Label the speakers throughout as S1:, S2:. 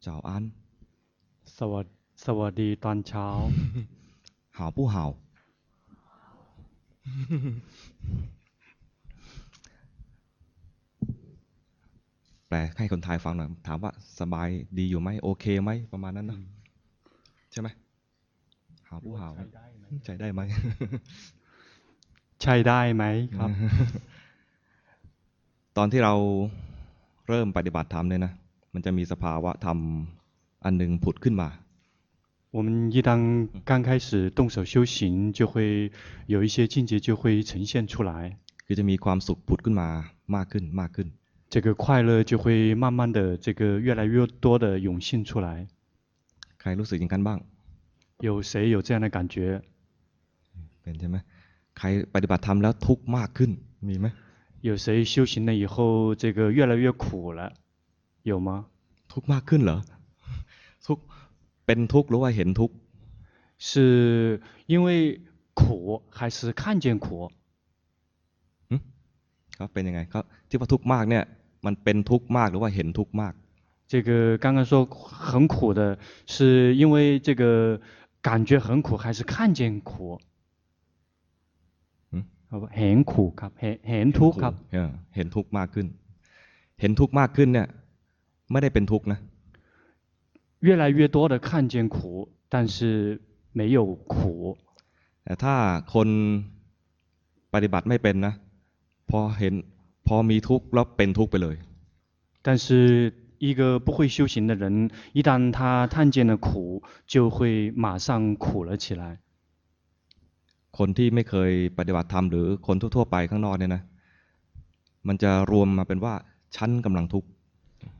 S1: 早安，
S2: สวัสสวัสดีตอนเช้า
S1: 好不 好？แปลให้คนไทยฟังหน่อยถามว่าสบายดีอยู่ไหมโอเคไหมประมาณนั้นนะใช่ไหมหาผู้หาวใจได้ไหม
S2: ใช่ได้ไหมครับ
S1: ตอนที่เราเริ่มปฏิบัติธรรมเนี่ยนะมันจะมีสภาวะธรรมอันหนึ่งผุดขึ้นมา
S2: 我们一当刚开始动手修行，就会有一些境界就会呈现出来，
S1: คือจะมีความสุขผุดขึ้นมามากขึ้นมากขึ้น
S2: 这个快乐就会慢慢的这个越来越多的涌现出来。
S1: ใครรู้สึกอย่างนั้นบ้าง
S2: 有谁有这样的感觉？
S1: เป็นใช่ไหมใครปฏิบัติธรรมแล้วทุกข์มากขึ้นมีไหม
S2: 有谁修行了以后这个越来越苦了？有吗？
S1: ทุกข์มากขึ้นเหรอทุกข์เป็นทุกข์หรือว่าเห็นทุกข์
S2: 是因为苦还是看见苦？
S1: หึครับเป็นยังไงครับที่ว่าทุกข์มากเนี่ย มันเป็นทุกข์มากหรือว่าเห็นทุกข์มาก
S2: 这个刚刚说很苦的，是因为这个感觉很苦，还是看见苦？
S1: 嗯，
S2: 好吧，很苦ครับ，很很ทุกข์ครับ
S1: เออเห็นทุกข์มากขึ้น เห็นทุกข์มากขึ้นเนี่ย ไม่ได้เป็นทุกข์นะ
S2: 越来越多的看见苦，但是没有苦。
S1: แต่ถ้าคนปฏิบัติไม่เป็นนะพอเห็นพอมีทุกข์แล้วเป็นทุกข์ไปเลย
S2: 但是一个不会修行的人，一旦他看见了苦，就会马上苦了起来。
S1: คนที่ไม่เคยปฏิบัติธรรมหรือคนทั่วๆไปข้างนอกเนี่ยนะ มันจะรวมมาเป็นว่าฉันกำลังทุกข์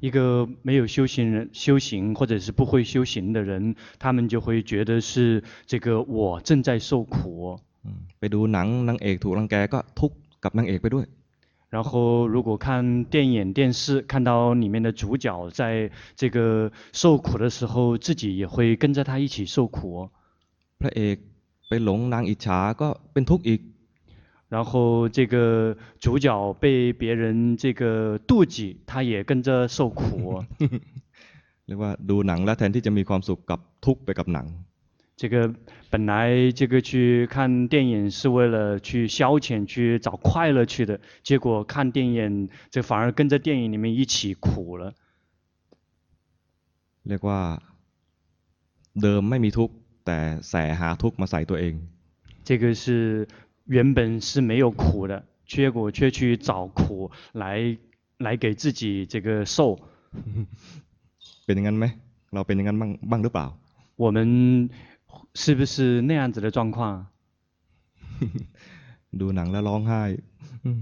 S2: 一个没有修行人修行或者是不会修行的人，他们就会觉得是这个我正在受苦。
S1: อืมไปดูหนังนางเอกถูกรังแกก็ทุกข์กับนางเอกไปด้วย
S2: 然后，如果看电影、电视，看到里面的主角在这个受苦的时候，自己也会跟着他一起受苦。哦
S1: พระเอกไปหลงนางอิจฉาก็เป็นทุกข์อีก
S2: 然后，这个主角被别人这个妒忌，他也跟着受苦。哦
S1: เรียกว่าดูหนังแล้วแทนที่จะมีความสุขกับทุกข์ไปกับหนัง
S2: 这个本来这个去看电影是为了去消遣、去找快乐去的，结果看电影这反而跟着电影里面一起苦了。
S1: เรียกว่าเดิมไม่มีทุกข์แต่แสหาทุกข์มาใส่ตัวเอง
S2: 这个是原本是没有苦的，结果却去找苦来来给自己这个受。
S1: เป็นอย่างนั้นไหมเราเป็นอย่างนั้นบ้างบ้างหรือเปล่า
S2: 我们是不是那样子的状况？
S1: ดูหนังแล้วร้องไห้อืม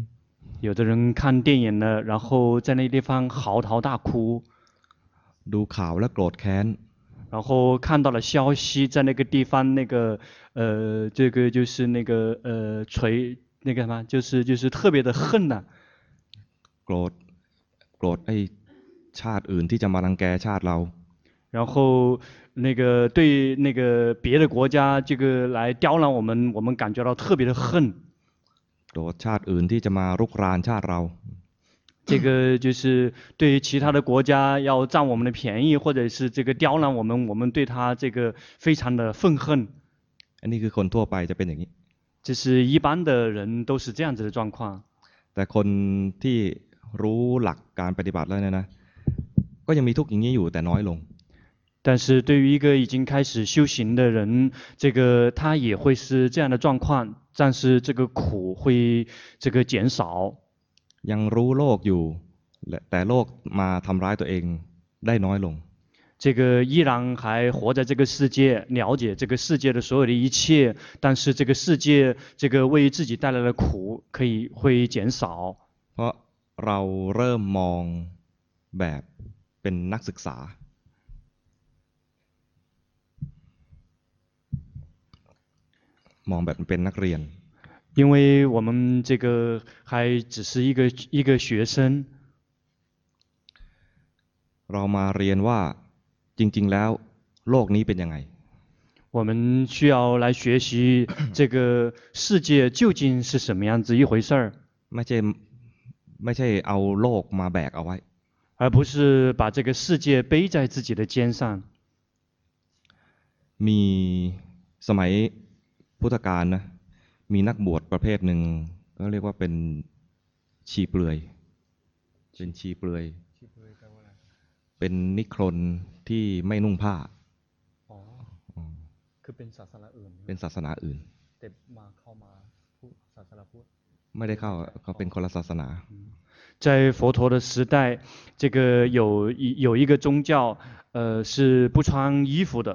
S2: 有的人看电影了，然后在那地方嚎啕大哭，
S1: ดูข่าวแล้วโกรธแค้น
S2: 然后看到了消息，在那个地方那个呃，这个就是那个呃锤那个什么，就是就是特别的恨呐、
S1: โกรธโกรธไอ้ชาติอื่นที่จะมารังแกชาติเรา
S2: 然后那个对那个别的国家这个来刁难我们，我们感觉到特别的恨。
S1: โกรธชาติอื่นที่จะมารุกรานชาติเรา
S2: 这个就是对于其他的国家要占我们的便宜，或者是这个刁难我们，我们对他这个非常的愤恨。
S1: อันนี้คือคนทั่วไปจะเป็นอย่างนี้
S2: 这是一般的人都是这样子的状况。
S1: แต่คนที่รู้หลักการปฏิบัติแล้วเนี่ยนะ ก็ยังมีทุกข์อย่างนี้อยู่แต่น้อยลง
S2: 但是对于一个已经开始修行的人，这个他也会是这样的状况，但是这个苦会这个减少。
S1: ยังรู้โลกอยู่และแต่โลกมาทำร้ายตัวเองได้น้อยลง
S2: 这个依然还活在这个世界，了解这个世界的所有的一切，但是这个世界这个为自己带来的苦可以会减少，
S1: เพราะเราเริ่มมองแบบเป็นนักศึกษา มองแบบเป็นนักเรียน
S2: 因为我们这个还只是一个一个学生，
S1: เรามาเรียนว่าจริง ๆ แล้วโลกนี้เป็นยังไง
S2: 我们需要来学习这个世界究竟是什么样子一回事儿，
S1: ไม่ใช่ไม่ใช่เอาโลกมาแบกเอาไว้
S2: 而不是把这个世界背在自己的肩上。
S1: มีสมัยพุทธกาลนะ มีนักบวชประเภทหนึ่งก็เรียกว่าเป็นชีเปลือย เป็นชีเปลือย เป็นนิครนที่ไม่นุ่งผ้า
S3: อ๋อ คือเป็นศาสนาอื่น
S1: เป็นศาสนาอื่น
S3: แต่มาเข้ามาพูดศาสนาพุทธ
S1: ไม่ได้เข้าเขาเป็นคนละศาสนา
S2: 在佛陀的时代，这个有一有一个宗教，呃，是不穿衣服的。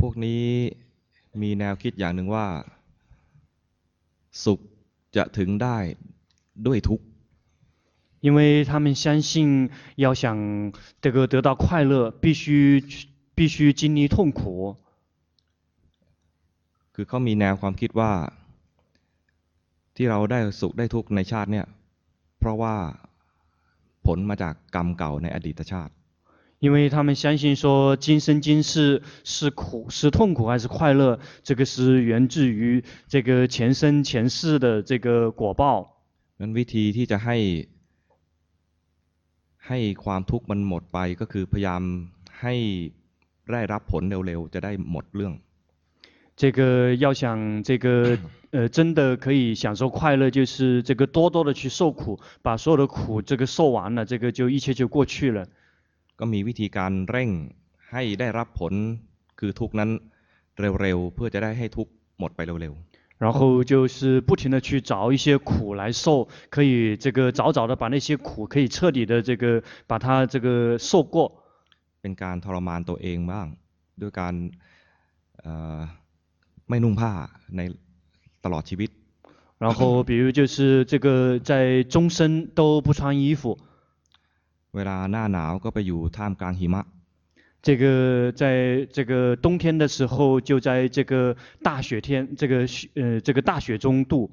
S1: พวกนี้มีแนวคิดอย่างหนึ่งว่า สุขจะถึงได้ด้วยทุกข์
S2: 因为他们相信，要想这个得到快乐，必须去必须经历痛苦。
S1: คือเขามีแนวความคิดว่า ที่เราได้สุขได้ทุกข์ในชาติเนี่ย เพราะว่าผลมาจากกรรมเก่าในอดีตชาติ
S2: 因为他们相信说，今生今世是苦是痛苦还是快乐，这个是源自于这个前生前世的这个果报。
S1: นั้นวิธีที่จะให้ให้ความทุกข์มันหมดไปก็คือพยายามให้ได้รับผลเร็วๆ จะได้หมดเรื่อง
S2: 这个要想这个呃，真的可以享受快乐，就是这个多多的去受苦，把所有的苦这个受完了，这个就一切就过去了。
S1: ก็มีวิธีการเร่งให้ได้รับผลคือทุกข์นั้นเร็วๆ เพื่อจะได้ให้ทุกข์หมดไปเร็ว
S2: 然后就是不停的去找一些苦来受，可以这个早早的把那些苦可以彻底的这个把它这个受过，
S1: ๆ เป็นการทรมานตัวเองบ้าง ด้วยการเอ่อไม่นุ่งผ้าในตลอดชีวิต
S2: 然后比如就是这个在终身都不穿衣服，
S1: เวลาหน้าหนาวก็ไปอยู่ท่ามกลางหิมะ
S2: 这个在这个冬天的时候就在这个大雪天这个雪呃这个大雪中度，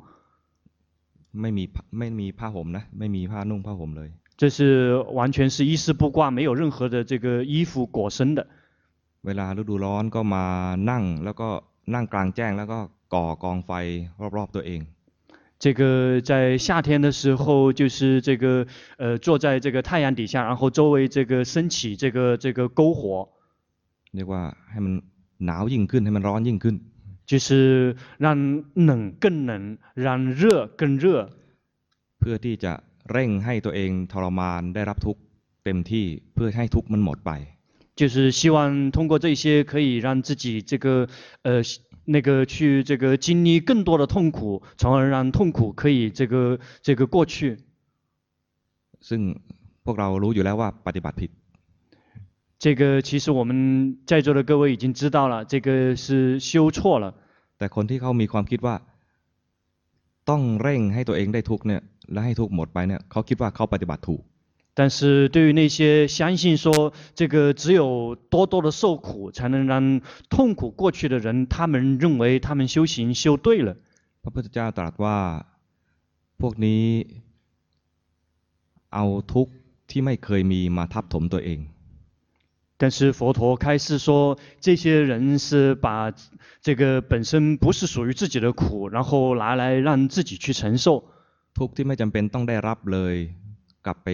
S1: ไม่มีผ้าไม่มีผ้าห่มนะ ไม่มีผ้านุ่งผ้าห่มเลย
S2: 这是完全是一丝不挂，没有任何的这个衣服裹身的。
S1: เวลาฤดูร้อนก็มานั่งแล้วก็นั่งกลางแจ้งแล้วก็ก่อกองไฟรอบๆตัวเอง
S2: 这个在夏天的时候，就是这个呃，坐在这个太阳底下，然后周围这个升起这个这个篝火，
S1: เรียกว่าให้มันหนาวยิ่งขึ้นให้มันร้อนยิ่งขึ้น
S2: 就是让冷更冷，让热更热，
S1: เพื่อที่จะเร่งให้ตัวเองทรมานได้รับทุกข์เต็มที่เพื่อให้ทุกข์มันหมดไป
S2: 就是希望通过这些可以让自己这个呃那个去这个经历更多的痛苦，从而让痛苦可以这个这个过去。
S1: ซึ่งพวกเรารู้อยู่แล้วว่าปฏิบัติผิด
S2: 这个其实我们在座的各位已经知道了，这个是修错了。
S1: แต่คนที่เขามีความคิดว่า ต้องเร่งให้ตัวเองได้ทุกข์เนี่ยและให้ทุกข์หมดไปเนี่ยเขาคิดว่าเขาปฏิบัติถูก
S2: 但是对于那些相信说这个只有多多的受苦才能让痛苦过去的人，他们认为他们修行修对了。
S1: พระพุทธเจ้าตรัสว่าพวกนี้เอาทุกข์ที่ไม่เคยมีมาทับถมตัวเอง
S2: 但是佛陀开示说，这些人是把这个本身不是属于自己的苦，然后拿来让自己去承受。
S1: ทุกข์ที่ไม่จำเป็นต้องได้รับเลย กลับไป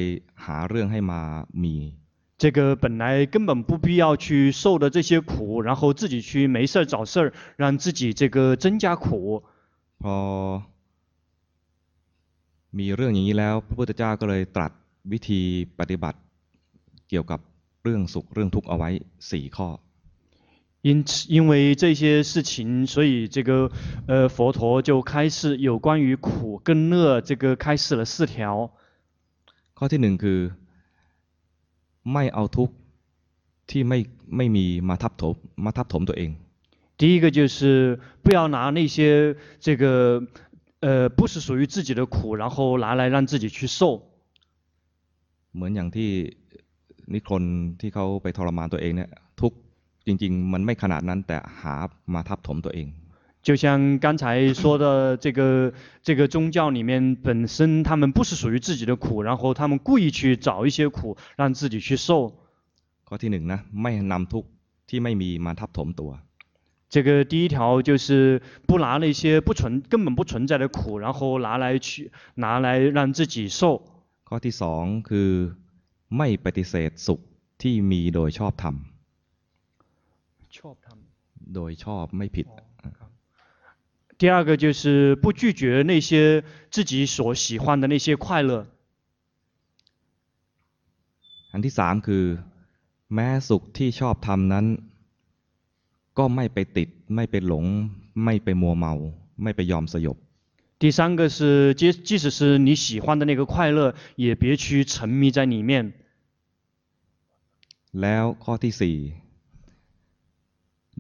S1: หาเรื่องให้มามี
S2: 这个本来根本不必要去受的这些苦，然后自己去没事儿找事儿，让自己这个增加苦。
S1: พอ มีเรื่องอย่างนี้แล้ว พระพุทธเจ้าก็เลยตรัสวิธีปฏิบัติเกี่ยวกับเรื่องสุขเรื่องทุกข์เอาไว้สี่ข้อ
S2: 因此，因为这些事情，所以这个呃，佛陀就开示有关于苦跟乐这个开示了四条。
S1: ข้อที่หนึ่งคือ ไม่เอาทุกข์ที่ไม่ไม่มีมาทับถมมาทับถมตัวเอง
S2: 第一个就是不要拿那些这个呃不是属于自己的苦，然后拿来让自己去受。
S1: เหมือนอย่างที่นิครนที่เขาไปทรมานตัวเองเนี่ยทุกข์จริง ๆ มันไม่ขนาดนั้นแต่หามาทับถมตัวเอง
S2: 就像刚才说的，这个 这个宗教里面本身他们不是属于自己的苦，然后他们故意去找一些苦让自己去受。
S1: ข้อที่หนึ่งนะไม่นำทุกข์ที่ไม่มีมาทับถมตัว
S2: 这个第一条就是不拿那些不存根本不存在的苦，然后拿来去拿来让自己受。
S1: ข้อที่สองคือ ไม่ปฏิเสธสุขที่มีโดยชอบธรรม
S3: ชอบทำ
S1: โดยชอบไม่ผิด
S3: อ๋อครับ
S2: 第二个就是不拒绝那些自己所喜欢的那些快乐。
S1: อันที่สามคือ แม้สุขที่ชอบทำนั้น ก็ไม่ไปติด ไม่ไปหลง ไม่ไปมัวเมา ไม่ไปยอมสยบ
S2: 第三个是，即即使是你喜欢的那个快乐，也别去沉迷在里面。
S1: แล้วข้อที่สี่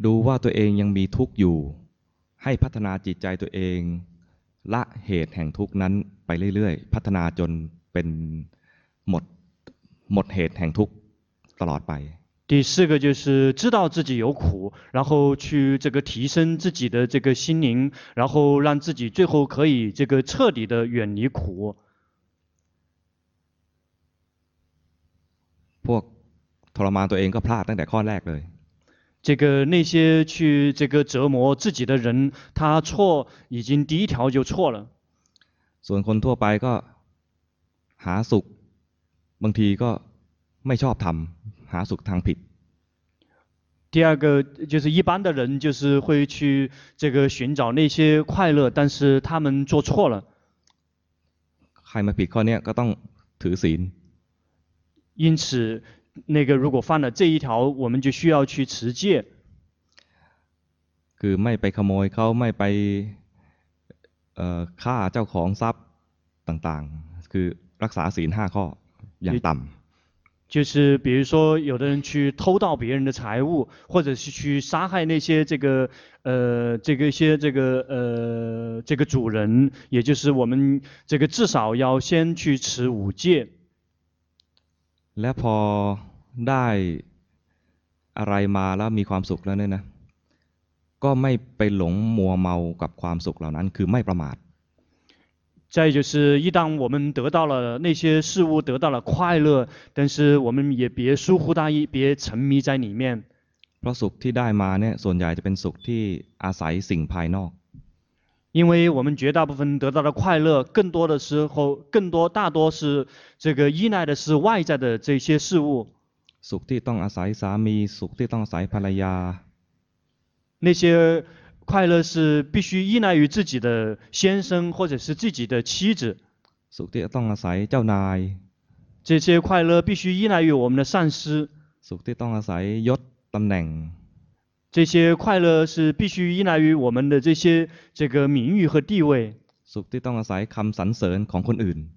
S1: ดูว่าตัวเองยังมีทุกข์อยู่ ให้พัฒนาจิตใจตัวเอง ละเหตุแห่งทุกข์นั้นไปเรื่อยๆ พัฒนาจนเป็นหมดหมดเหตุแห่งทุกข์ตลอดไป
S2: 第四个就是知道自己有苦，然后去这个提升自己的这个心灵，然后让自己最后可以这个彻底的远离苦。
S1: พวกทรมานตัวเองก็พลาดตั้งแต่ข้อแรกเลย
S2: 这个那些去这个折磨自己的人，他错已经第一条就错了。
S1: ส่วนคนทั่วไปก็หาสุข บางทีก็ไม่ชอบทำหาสุขทางผิด
S2: 第二个就是一般的人就是会去这个寻找那些快乐，但是他们做错了，
S1: ใครมาผิดข้อเนี้ยก็ต้องถือศีล
S2: 因此那个如果犯了这一条，我们就需要去持戒。
S1: คือไม่ไปขโมยเขาไม่ไปเอ่อฆ่าเจ้าของทรัพย์ต่างๆ คือรักษาศีลห้าข้ออย่างต่
S2: 就是比如说，有的人去偷盗别人的财物，或者是去杀害那些这个呃这个一些这个呃这个主人，也就是我们这个至少要先去持五戒。
S1: ำและพอได้อะไรมาแล้วมีความสุขแล้วเนี่ยนะ ก็ไม่ไปหลงมัวเมากับความสุขเหล่านั้น คือไม่ประมาท
S2: 再就是，一旦我们得到了那些事物，得到了快乐，但是我们也别疏忽大意，别沉迷在里面。
S1: เพราะสุขที่ได้มาเนี่ยส่วนใหญ่จะเป็นสุขที่อาศัยสิ่งภายนอก
S2: 因为我们绝大部分得到的快乐，更多的时候，更多大多是这个依赖的是外在的这些事物，
S1: สุขที่ต้องอาศัยสามี สุขที่ต้องอาศัยภรรยา
S2: 那些快乐是必须依赖于自己的先生或者是自己的妻子，
S1: สุขที่ต้องอาศัยเจ้านาย
S2: 这些快乐必须依赖于我们的上司，
S1: สุขที่ต้องอาศัยยศตำแหน่ง
S2: 这些快乐是必须依赖于我们的这些这个名誉和地位，
S1: สุขที่ต้องอาศัยคำสรรเสริญของคนอื่น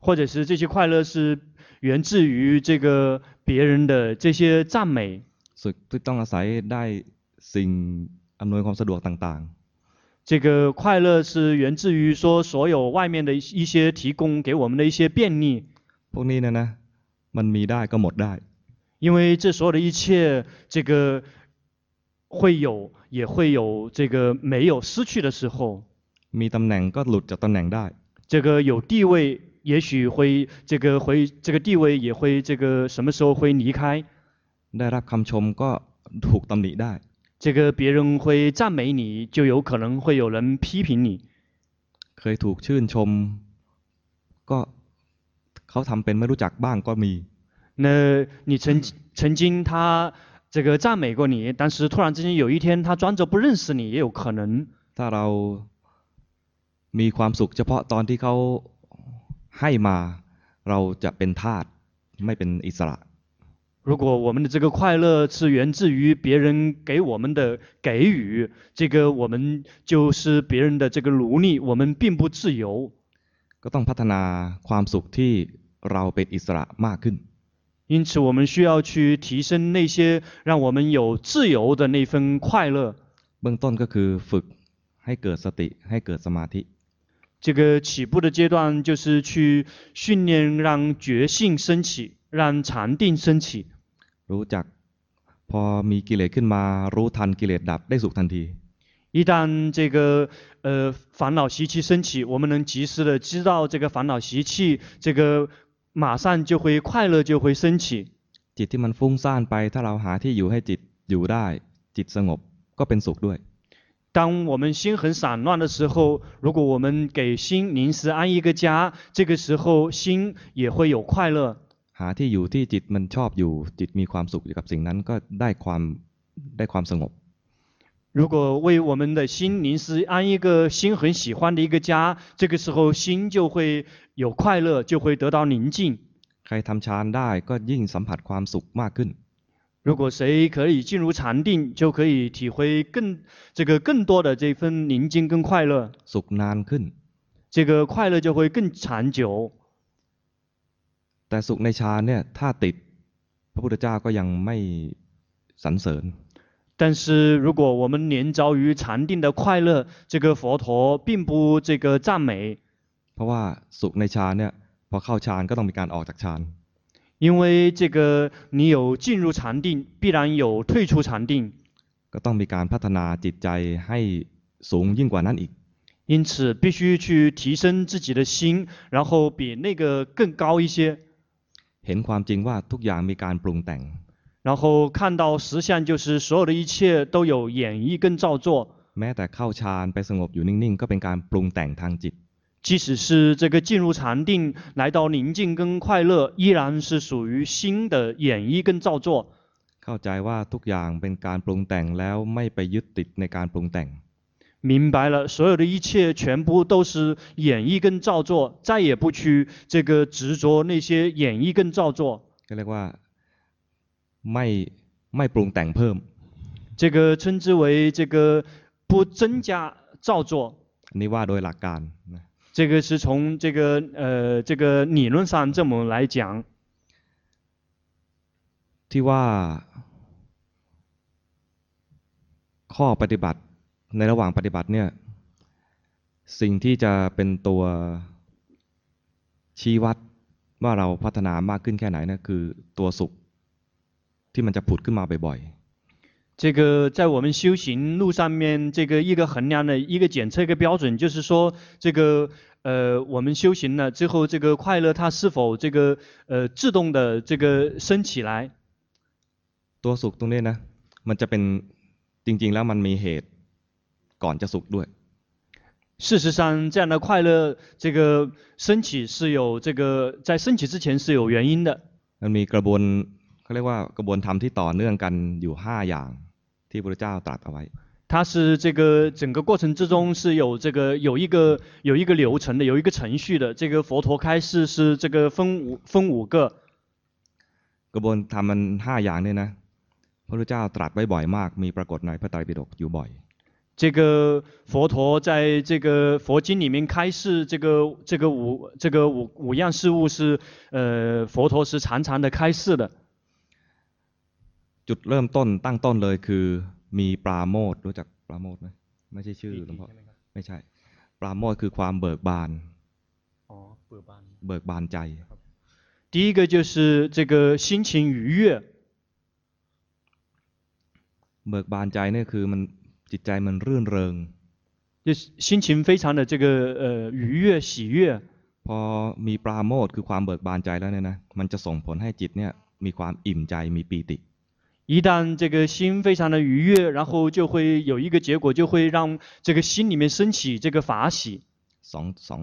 S2: 或者是这些快乐是源自于这个别人的这些赞美，
S1: สุขที่ต้องอาศัยได้สิ่งอำนวยความสะดวกต่าง
S2: 这个快乐是源自于说所有外面的一一些提供给我们的一些便利，
S1: ๆ พวกนี้เนะนะ มันมีได้ก็หมดได้
S2: 因为这所有的一切，这个会有也会有这个没有失去的时候，
S1: มีตำแหน่งก็หลุดจากตำแหน่งได้
S2: 这个有地位也许会这个回这个地位也会这个什么时候会离开，
S1: ได้รับคำชมก็ถูกตำหนิได้
S2: 这个别人会赞美你，就有可能会有人批评你。
S1: เคยถูกชื่นชม ก็เขาทำเป็นไม่รู้จักบ้างก็มี
S2: 那你曾曾经他这个赞美过你，但是突然之间有一天他装着不认识你也有可能。
S1: ถ้าเรามีความสุขเฉพาะตอนที่เขาให้มา เราจะเป็นทาสไม่เป็นอิสระ
S2: 如果我们的这个快乐是源自于别人给我们的给予，这个我们就是别人的这个奴隶，我们并不自由。
S1: ก็ต้องพัฒนาความสุขที่เราเป็นอิสระมากขึ้น
S2: 因此，我们需要去提升那些让我们有自由的那份快乐。
S1: เบื้องต้นก็คือฝึกให้เกิดสติให้เกิดสมาธิ
S2: 这个起步的阶段就是去训练让觉性升起，让禅定升起。
S1: รู้จักพอมีกิเลสขึ้นมา รู้ทันกิเลสดับได้สุขทันที
S2: 一旦这个呃烦恼习气升起，我们能及时的知道这个烦恼习气，这个马上就会快乐就会升起。
S1: จิตที่มันฟุ้งซ่านไป ถ้าเราหาที่อยู่ให้จิตอยู่ได้ จิตสงบก็เป็นสุขด้วย
S2: 当我们心很散乱的时候，如果我们给心临时安一个家，这个时候心也会有快乐。
S1: หาที่อยู่ที่จิตมันชอบอยู่ จิตมีความสุขอยู่กับสิ่งนั้นก็ได้ความได้ความสงบ
S2: 如果为我们的心灵是安一个心很喜欢的一个家，这个时候心就会有快乐，就会得到宁静。
S1: ใครทำฌานได้ก็ยิ่งสัมผัสความสุขมากขึ้น
S2: 如果谁可以进入禅定，就可以体会更这个更多的这份宁静跟快乐，
S1: สุขนานขึ้น
S2: 这个快乐就会更长久。
S1: แต่สุขในฌานเนี่ยถ้าติดพระพุทธเจ้าก็ยังไม่สรรเสริญ
S2: 但是如果我们连着于禅定的快乐，这个佛陀并不这个赞美，
S1: เพราะว่าสุขในฌานเนี่ยพอเข้าฌานก็ต้องมีการออกจากฌาน
S2: 因为这个你有进入禅定，必然有退出禅定，
S1: ก็ต้องมีการพัฒนาจิตใจให้สูงยิ่งกว่านั้นอีก
S2: 因此必须去提升自己的心，然后比那个更高一些，
S1: เห็นความจริงว่าทุกอย่างมีการปรุงแต่ง
S2: 然后看到实相，就是所有的一切都有演绎跟造作。
S1: แม้แต่เข้าฌานไปสงบอยู่นิ่งๆ ก็เป็นการปรุงแต่งทางจิต
S2: 即使是这个进入禅定，来到宁静跟快乐，依然是属于心的演绎跟造作。
S1: เข้าใจว่าทุกอย่างเป็นการปรุงแต่งแล้วไม่ไปยึดติดในการปรุงแต่ง
S2: 明白了，所有的一切全部都是演绎跟造作，再也不去这个执着那些演绎跟造作。
S1: ก็เรียกว่าไม่ไม่ปรุงแต่งเพิ่ม
S2: 这个称之为这个不增加造作。
S1: อันนี้ว่าโดยหลักการนะ
S2: 这个是从这个呃这个理论上这么来讲，
S1: ที่ว่า ข้อปฏิบัติในระหว่างปฏิบัติเนี่ยสิ่งที่จะเป็นตัวชี้วัดว่าเราพัฒนามากขึ้นแค่ไหนเนี่ยคือตัวสุขที่มันจะผุดขึ้นมาบ่อยๆ
S2: 这个在我们修行路上面，这个一个衡量的一个检测一个标准，就是说这个呃，我们修行了之后，这个快乐它是否这个呃自动的这个升起来。
S1: ตัวสุขตรงนี้นะ มันจะเป็นจริง ๆ แล้วมันมีเหตุก่อนจะสุขด้วย
S2: 事实上，这样的快乐这个升起是有这个在升起之前是有原因的。
S1: มันมีกระบวนเขาเรียกว่ากระบวนธรรมที่ต่อเนื่องกันอยู่ 5 อย่างที่พระเจ้าตรัสเอาไว้
S2: 它是这个整个过程之中是有这个有一个有一个流程的，有一个程序的。这个佛陀开示是这个分五分五个，
S1: กระบวนธรรมมัน 5 อย่างเนี่ยนะ พระเจ้าตรัสไว้บ่อยมาก มีปรากฏในพระไตรปิฎกอยู่บ่อย
S2: 这个佛陀在这个佛经里面开示这个这个五这个五五样事物是呃佛陀是常常的开示的。
S1: จุดเริ่มต้นตั้งต้นเลยคือมีปราโมทรู้จักปราโมทไหมไม่ใช่ชื่อ
S3: ปี
S1: หลว
S3: ติ
S1: งพ่อ
S3: ใช่ไหมครับ
S1: ไม่ใช่ ปราโมทคือความเบิกบาน
S3: อ๋อเปิดบาน
S1: เบิกบานใจ
S2: 第一个就是这个心情愉悦，
S1: เบิกบานใจเนี่ยคือมันจิตใจมันรื่นเริง
S2: 就是心情非常的这个呃愉悦喜悦。
S1: พอมีปราโมทย์คือความเบิกบานใจแล้วเนี่ยนะมันจะส่งผลให้จิตเนี่ยมีความอิ่มใจมีปีติ
S2: 一旦这个心非常的愉悦，然后就会有一个结果，就会让这个心里面升起这个法喜。
S1: สองสอง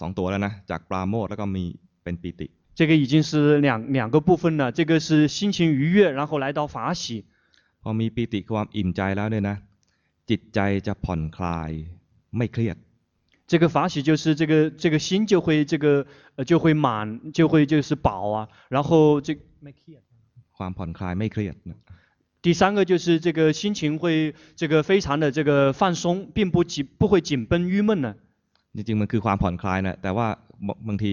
S1: สองตัวแล้วนะจากปราโมทย์แล้วก็มีเป็นปีติ
S2: 这个已经是两两个部分了，这个是心情愉悦，然后来到法喜。
S1: พอมีปีติความอิ่มใจแล้วเนี่ยนะจิตใจจะผ่อนคลายไม่เครียด
S2: 这个法喜就是这个这个心就会这个呃就会满就会就是饱啊，然后这
S3: ไม่เครียดนะครับ
S1: ความผ่อนคลายไม่เครียดนะ
S2: 第三个就是这个心情会这个非常的这个放松，并不紧不会紧绷郁闷呢。啊
S1: จริงๆมันคือความผ่อนคลายนะแต่ว่าบางบางที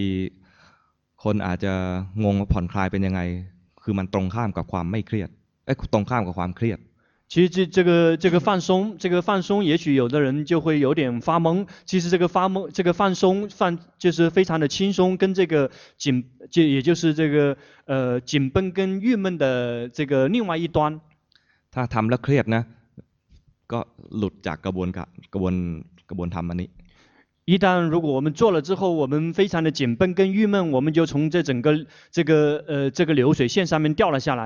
S1: คนอาจจะงงว่าผ่อนคลายเป็นยังไง คือมันตรงข้ามกับความไม่เครียดเอ้ยตรงข้ามกับความเครียด
S2: 其实这这个这个放松，这个放松，也许有的人就会有点发懵。其实这个发懵，这个放松放就是非常的轻松，跟这个紧就也就是这个呃紧绷跟郁闷的这个另外一端。
S1: ถ้าทำแล้วเครียดนะ ก็หลุดจากกระบวนการกระบวนกระบวนธรรมอันนี้
S2: 一旦如果我们做了之后，我们非常的紧绷跟郁闷，我们就从这整个这个呃这个流水线上面掉了下来。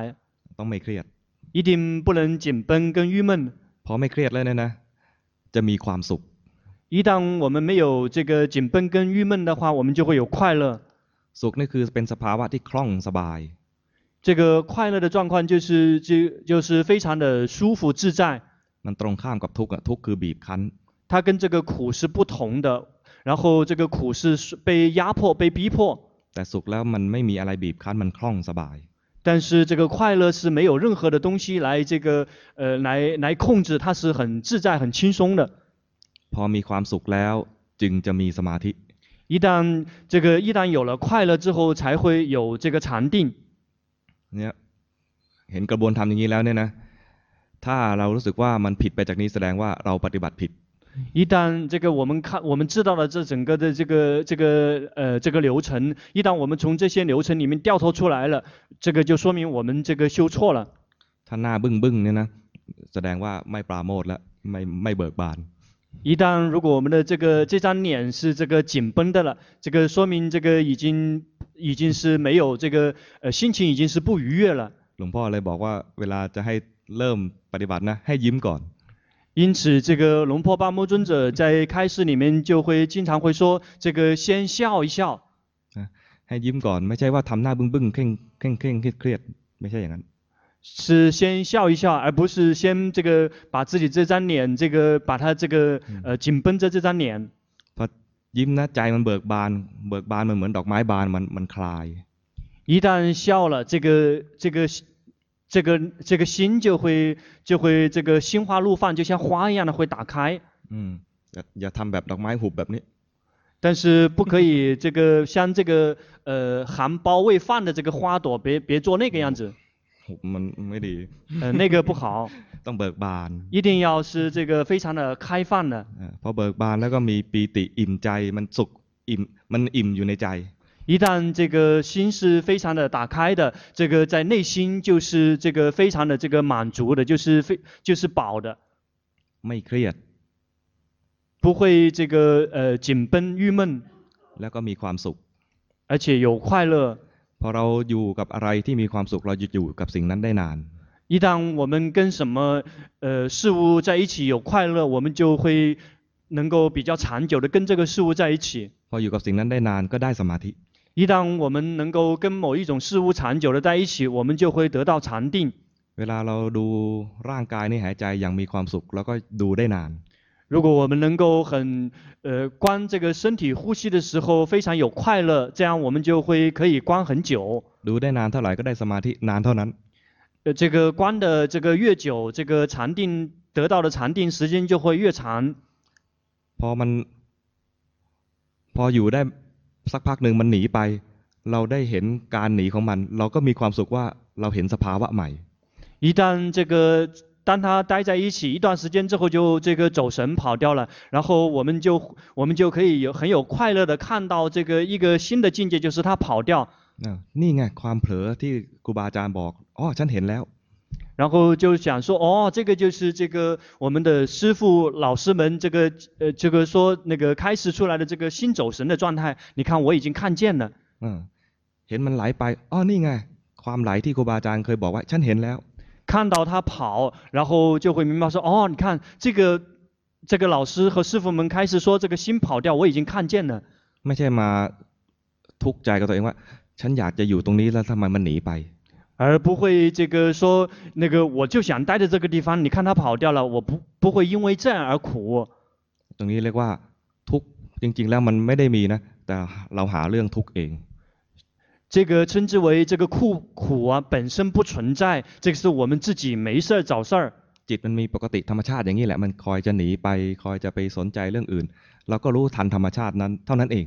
S1: ต้องไม่เครียด
S2: 一定不能紧绷跟郁闷。
S1: พอไม่เครียดแล้วเนี่ยนะ จะมีความสุข
S2: 一旦我们没有这个紧绷跟郁闷的话，我们就会有快乐。
S1: สุขนี่คือเป็นสภาวะที่คล่องสบาย
S2: 这个快乐的状况就是就就是非常的舒服自在，
S1: มันตรงข้ามกับทุกข์อะทุกข์คือบีบคั้น
S2: 它跟这个苦是不同的。然后这个苦是是被压迫、被逼迫，
S1: แต่สุขแล้วมันไม่มีอะไรบีบคั้นมันคล่องสบาย
S2: 但是这个快乐是没有任何的东西来这个呃来来控制，它是很自在、很轻松的。
S1: พอมีความสุขแล้วจึงจะมีสมาธิ
S2: 一旦这个一旦有了快乐之后，才会有这个禅定。
S1: เนี่ยเห็นกระบวนการอย่างนี้แล้วเนี่ยนะ ถ้าเรารู้สึกว่ามันผิดไปจากนี้แสดงว่าเราปฏิบัติผิด
S2: 一旦这个我们看我们知道了这整个的这个这个呃这个流程，一旦我们从这些流程里面掉头出来了，这个就说明我们这个修错了。
S1: ถ้าหน้าบึ้งบึ้งๆเนี่ยนะ แสดงว่าไม่ปราโมทแล้วไม่ไม่เบิกบาน
S2: 一旦如果我们的这个这张脸是这个紧绷的了，这个说明这个已经已经是没有这个呃心情已经是不愉悦了。
S1: หลวงพ่อเลยบอกว่าเวลาจะให้เริ่มปฏิบัตินะ ให้ยิ้มก่อน
S2: 因此，这个龙婆巴摩尊者在开始里面就会经常会说，这个先笑一笑，
S1: ให้ยิ้มก่อน ไม่ใช่ว่าทำหน้าบึ้งบึ้งๆเคร่งเคร่งเคร่งเครียดๆไม่ใช่อย่างนั้น
S2: 是先笑一笑，而不是先这个把自己这张脸，这个把它这个呃紧绷着这张脸。
S1: ยิ้มนะใจมันเบิกบาน เบิกบานมันเหมือนดอกไม้บานมันมันคลาย
S2: 一旦笑了，这个这个这个这个心就会就会这个心花怒放，就像花一样的会打开。
S1: อืมอย่าอย่าทำแบบดอกไม้หุบแบบนี้
S2: 但是不可以这个像这个呃含苞未放的这个花朵，别别做那个样子，
S1: หุบมันไม่ดี
S2: 呃那个不好，
S1: ต้องเบิกบาน
S2: 一定要是这个非常的开放的。
S1: เออพอเบิกบานแล้วก็มีปีติอิ่มใจมันสุขอิ่มมันอิ่มอยู่ในใจ
S2: 一旦这个心是非常的打开的，这个在内心就是这个非常的这个满足的，就是非就是饱的，
S1: ไม่เครียด
S2: 不会这个呃紧绷郁闷，
S1: แล้วก็มีความสุข
S2: 而且有快乐。
S1: พอเราอยู่กับอะไรที่มีความสุขเราจะอยู่กับสิ่งนั้นได้นาน
S2: 一旦我们跟什么呃事物在一起有快乐，我们就会能够比较长久的跟这个事物在一起。
S1: พออยู่กับสิ่งนั้นได้นานก็ได้สมาธิ
S2: 一旦我们能够跟某一种事物长久的在一起，我们就会得到禅定。
S1: เวลาเราดูร่างกายนี่หายใจอย่างมีความสุขแล้วก็ดูได้นาน
S2: 如果我们能够很呃观这个身体呼吸的时候非常有快乐，这样我们就会可以观很久。
S1: ดูได้นานเท่าไหร่ก็ได้สมาธินานเท่านั้น
S2: 呃，这个观的这个越久，这个禅定得到的禅定时间就会越长。
S1: พอมัน พออยู่ได้สักพักหนึ่งมันหนีไป เราได้เห็นการหนีของมัน เราก็มีความสุขว่าเราเห็นสภาวะใหม่
S2: 一旦这个当他待在一起一段时间之后，就这个走神跑掉了，然后我们就我们就可以有很有快乐的看到这个一个新的境界，就是他跑掉，
S1: อ่านี่ไงความเผลอที่ครูบาอาจารย์บอกอ๋อฉันเห็นแล้ว
S2: 然后就想说，哦，这个就是这个我们的师傅老师们这个呃这个说那个开始出来的这个心走神的状态，你看我已经看见了。
S1: อ่าเห็นมันไหลไปอ๋อนี่ไง ความไหลที่ครูบาอาจารย์เคยบอกว่าฉันเห็นแล้ว
S2: 看到他跑，然后就会明白说，哦，你看这个这个老师和师傅们开始说这个心跑掉，我已经看见了，
S1: ไม่ใช่มาทุกข์ใจกับตัวเองว่า ฉันอยากจะอยู่ตรงนี้แล้วทำไมมันหนีไป
S2: 而不会这个说那个我就想待在这个地方，你看他跑掉了，我不不会因为这样而苦。
S1: ตรงนี้เรียกว่าทุกข์จริง ๆ แล้วมันไม่ได้มีนะ แต่เราหาเรื่องทุกข์เอง
S2: 这个称之为这个苦苦啊，本身不存在，这个是我们自己没事儿找事儿。
S1: จิตมันมีปกติธรรมชาติอย่างนี้แหละ มันคอยจะหนีไป คอยจะไปสนใจเรื่องอื่น เราก็รู้ทันธรรมชาตินั้น เท่านั้นเอง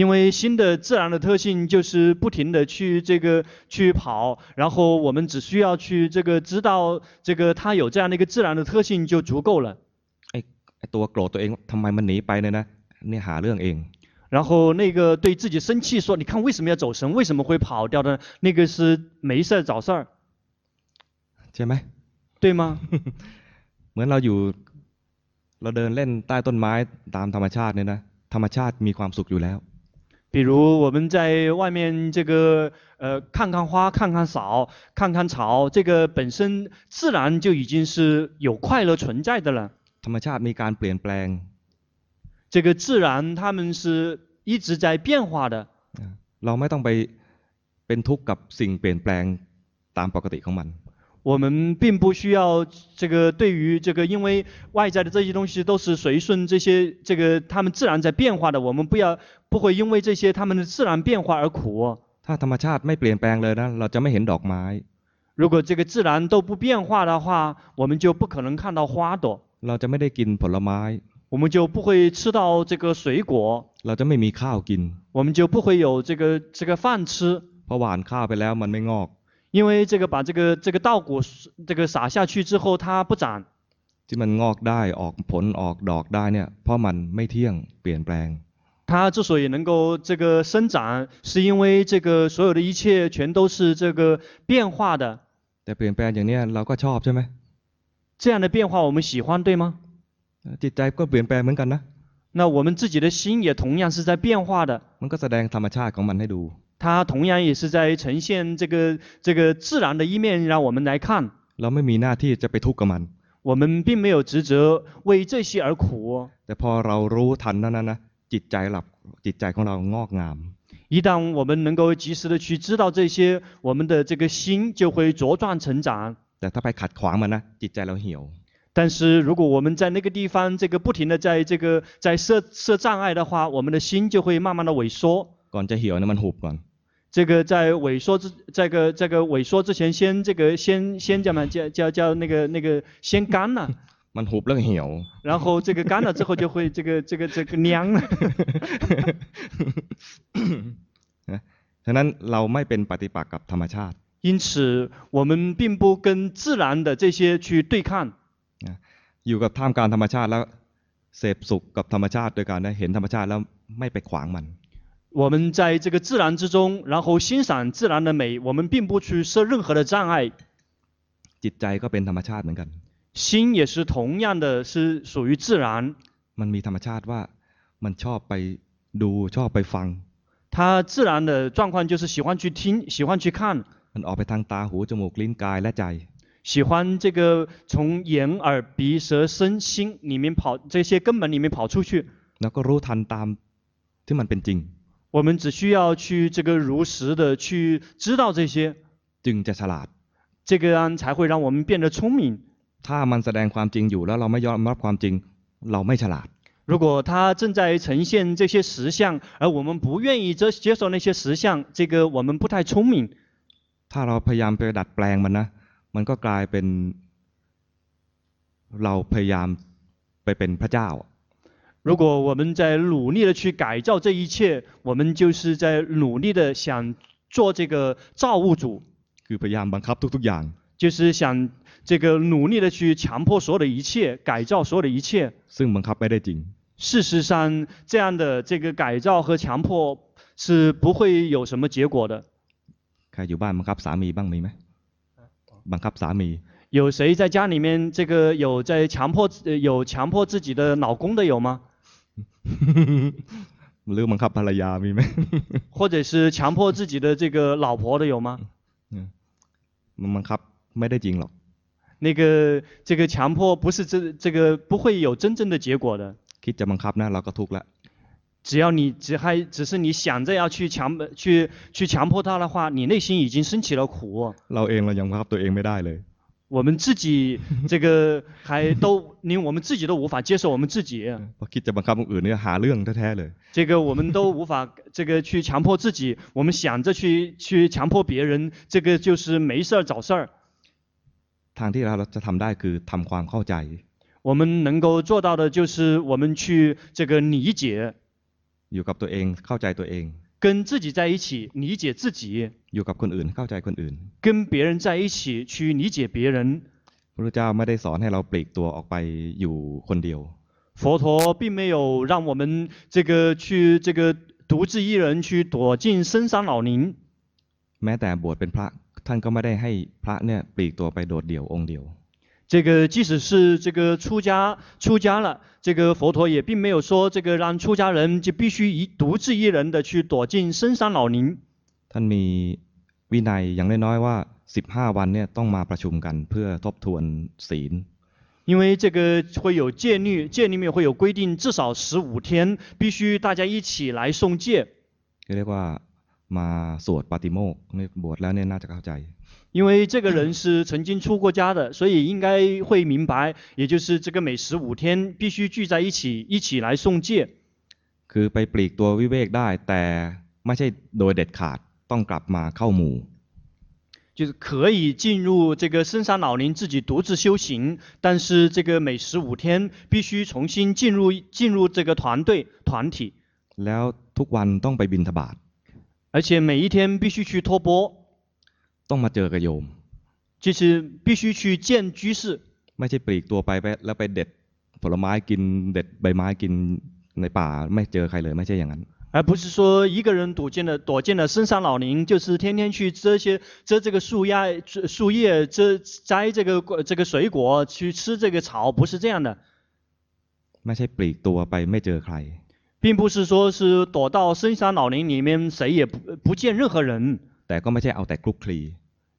S2: 因为心的自然的特性就是不停的去这个去跑，然后我们只需要去这个知道这个它有这样的一个自然的特性就足够了。
S1: ไอ้ตัวโกรธตัวเองว่าทำไมมันหนีไปเนี่ยนะเนี่ยหาเรื่องเอง
S2: 然后那个对自己生气说：“你看为什么要走神？为什么会跑掉的？那个是没事儿找事儿，
S1: ใช่ไหม
S2: 对吗？”
S1: เหมือนเราอยู่ เราเดินเล่นใต้ต้นไม้ตามธรรมชาติเนี่ยนะ ธรรมชาติมีความสุขอยู่แล้ว
S2: 比如我们在外面这个呃看看花、看看草、看看草，这个本身自然就已经是有快乐存在的了。
S1: ธรรมชาติมีการเปลี่ยนแปลง
S2: 这个自然他们是一直在变化的，
S1: เราไม่ต้องไปเป็นทุกข์กับสิ่งเปลี่ยนแปลงตามปกติของมัน
S2: 我们并不需要这个对于这个，因为外在的这些东西都是随顺这些这个他们自然在变化的，我们不要不会因为这些他们的自然变化而苦。哦
S1: ถ้าธรรมชาติไม่เปลี่ยนแปลงเลยนะเราจะไม่เห็นดอกไม้
S2: 如果这个自然都不变化的话，我们就不可能看到花朵，
S1: เราจะไม่ได้กินผลไม้
S2: 我们就不会吃到这个水果，
S1: เราจะไม่มีข้าวกิน
S2: 我们就不会有这个这个饭吃。
S1: เพราะหว่านข้าวไปแล้วมันไม่งอก
S2: 因为这个把这个这个稻谷这个撒下去之后，它不长，
S1: ที่มันงอกได้ออกผลออกดอกได้เนี่ย เพราะมันไม่เที่ยงเปลี่ยนแปลง
S2: 它之所以能够这个生长，是因为这个所有的一切全都是这个变化的。
S1: แต่เปลี่ยนแปลงอย่างเนี้ยเราก็ชอบใช่ไหม
S2: 这样的变化我们喜欢，对吗？
S1: จิตใจก็เปลี่ยนแปลงเหมือนกันนะ
S2: 那我们自己的心也同样是在变化的，
S1: มันก็แสดงธรรมชาติของมันให้ดู
S2: 它同样也是在呈现这个这个自然的一面，让我们来看。
S1: เราไม่มีหน้าที่จะไปทุกข์กับมัน
S2: 我们并没有职责为这些而苦哦、
S1: แต่พอเรารู้ทันนั้นนะนะจิตใจหลับจิตใจของเรางอกงาม
S2: 一旦我们能够及时的去知道这些，我们的这个心就会茁壮成长。
S1: แต่ถ้าไปขัดขวางมันนะจิตใจเราเหี่ยว
S2: 但是如果我们在那个地方这个不停的在这个在设设障碍的话，我们的心就会慢慢的萎缩。
S1: ก่อนจะเหี่ยวนะมันหุบก่อน
S2: 这个在萎缩之这个这个萎缩之前，先这个先先叫什么叫叫叫那个那个先干了，
S1: มันหุบแล้วก็เหี่ยว
S2: 然后这个干了之后就会这个这个这个蔫了。
S1: นะฉะนั้นเราไม่เป็นปฏิปักษ์กับธรรมชาติ
S2: 因此，我们并不跟自然的这些去对抗，
S1: อยู่กับท่ามกลางธรรมชาติแล้วเสพสุขกับธรรมชาติโดยการได้เห็นธรรมชาติแล้วไม่ไปขวางมัน
S2: 我们在这个自然之中，然后欣赏自然的美，我们并不去设任何的障碍，
S1: จิตใจก็เป็นธรรมชาติเหมือนกัน
S2: 心也是同样的是属于自然。
S1: มันมีธรรมชาติว่ามันชอบไปดูชอบไปฟัง
S2: 他自然的状况就是喜欢去听，喜欢去看，
S1: มันออกไปทางตาหูจมูกลิ้นกายและใจ
S2: 喜欢这个从眼、耳、鼻、舌、身、心里面跑这些根本里面跑出去。
S1: แล้วก็รู้ทันตามที่มันเป็นจริง
S2: 我们只需要去这个如实的去知道这些，
S1: จึงจะฉลาด
S2: 这个样才会让我们变得聪明。
S1: ถ้ามันแสดงความจริงอยู่แล้วเราไม่ยอมรับความจริง เราไม่ฉลาด
S2: 如果他正在呈现这些实相，而我们不愿意接接受那些实相，这个我们不太聪明。
S1: ถ้าเราพยายามไปดัดแปลงมันนะ มันก็กลายเป็น เราพยายามไปเป็นพระเจ้า
S2: 如果我们在努力的去改造这一切，我们就是在努力的想做这个造物主，
S1: คือพยายามบังคับทุก ๆ อย่าง
S2: 就是想这个努力的去强迫所有的一切，改造所有的一切。
S1: ซึ่งบังคับไม่ได้จริง
S2: 事实上，这样的这个改造和强迫是不会有什么结果的。
S1: ใครอยู่บ้านบังคับสามีบ้างมีไหมบังคับสามี
S2: 有谁在家里面这个有在强迫呃有强迫自己的老公的有吗？
S1: หรือบังคับภรรยามีไหม
S2: 或者是强迫自己的这个老婆的有吗？
S1: มันบังคับไม่ได้จริงหรอก
S2: 那个这个强迫不是这这个不会有真正的结果的。
S1: คิดจะบังคับนะเราก็ทุกข์ละ
S2: 只要你只还只是你想着要去强去去强迫他的话，你内心已经升起了苦哦。
S1: เราเองเรายังบังคับตัวเองไม่ได้เลย
S2: 我们自己这个还都连我们自己都无法接受我们自己，
S1: พอคิดจะบังคับคนอื่นเนี่ยหาเรื่องแท้ๆเลย
S2: 这个我们都无法这个去强迫自己，我们想着去去强迫别人，这个就是没事儿找事儿。
S1: ทางที่เราจะทำได้คือทำความเข้าใจ
S2: 我们能够做到的就是我们去这个理解，
S1: อยู่กับตัวเองเข้าใจตัวเอง
S2: 跟自己在一起理解自己，
S1: อยู่กับคนอื่นเข้าใจคนอื่น
S2: 跟别人在一起去理解别人。
S1: พระเจ้าไม่ได้สอนให้เราปลีกตัวออกไปอยู่คนเดียว
S2: 佛陀并没有让我们这个去这个独自一人去躲进深山老林，
S1: แม้แต่บวชเป็นพระท่านก็ไม่ได้ให้พระเนี่ยปลีกตัวไปโดดเดี่ยวองค์เดียว
S2: 这个即使是这个出家出家了，这个佛陀也并没有说这个让出家人就必须一独自一人的去躲进深山老林。
S1: ท่านมีวินัยอย่างน้อยๆว่า 15 วันเนี่ยต้องมาประชุมกันเพื่อทบทวนศีล
S2: 因为这个会有戒律，戒里面会有规定，至少十五天必须大家一起来诵戒，
S1: ก็เรียกว่า มาสวดปาติโมกข์เนี่ยบวชแล้วเนี่ยน่าจะเข้าใจ
S2: 因为这个人是曾经出过家的，所以应该会明白，也就是这个每十五天必须聚在一起，一起来诵戒。
S1: คือไปปลีกตัววิเวกได้ แต่ไม่ใช่โดยเด็ดขาดต้องกลับมาเข้าหมู่
S2: 就是可以进入这个深山老林自己独自修行，但是这个每十五天必须重新进入进入这个团队团体，
S1: แล้วทุกวันต้องไปบินทบาท
S2: 而且每一天必须去托钵，
S1: ต้องมาเจอกับโยม
S2: 就是必须去见居士，
S1: ไม่ใช่ปลีกตัวไปไปแล้วไปเด็ดผลไม้กินเด็ดใบไม้กินในป่าไม่เจอใครเลยไม่ใช่อย่างนั้น
S2: 而不是说一个人躲进了躲进了深山老林，就是天天去遮些遮这个树丫遮树叶遮摘这个果这个水果去吃这个草，不是这样的，
S1: ไม่ใช่ปลีกตัวไปไม่เจอใคร
S2: 并不是说是躲到深山老林里面谁也不不见任何人。
S1: แต่ก็ไม่ใช่เอาแต่คลุกคลี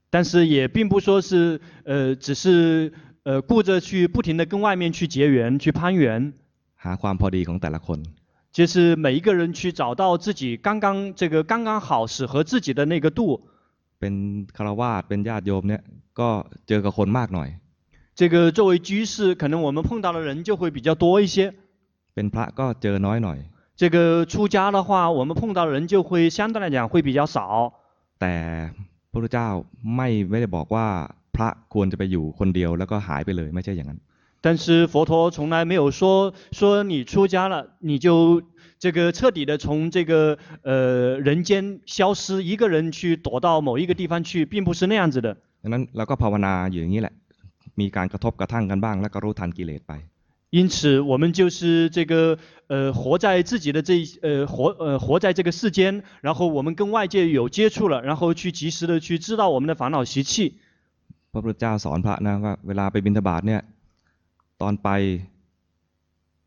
S2: 但是也并不说是呃，只是呃顾着去不停的跟外面去结缘、去攀缘，
S1: หาความพอดีของแต่ละคน
S2: 就是每一个人去找到自己刚刚这个刚刚好适合自己的那个度。
S1: เป็นคารวาสถ์เป็นญาติโยมเนี่ยก็เจอกับคนมากหน่อย
S2: 这个作为居士，可能我们碰到的人就会比较多一些。
S1: เป็นพระก็เจอน้อยหน่อย
S2: 这个出家的话，我们碰到的人就会相对来讲会比较少。
S1: แต่พระพุทธเจ้าไม่ไม่ได้บอกว่าพระควรจะไปอยู่คนเดียวแล้วก็หายไปเลยไม่ใช่อย่างนั้น
S2: 但是佛陀从来没有说说你出家了，你就这个彻底的从这个呃人间消失，一个人去躲到某一个地方去，并不是那样子的。
S1: ดังนั้นเราก็ภาวนาอยู่อย่างนี้แหละ มีการกระทบกระทั่งกันบ้าง แล้วก็รู้ทันกิเลสไป
S2: 因此，我们就是这个呃活在自己的这一呃活呃活在这个世间，然后我们跟外界有接触了，然后去及时的去知道我们的烦恼习气。
S1: พระพุทธเจ้าสอนพระนะว่าเวลาไปบิณฑบาตเนี่ยตอนไป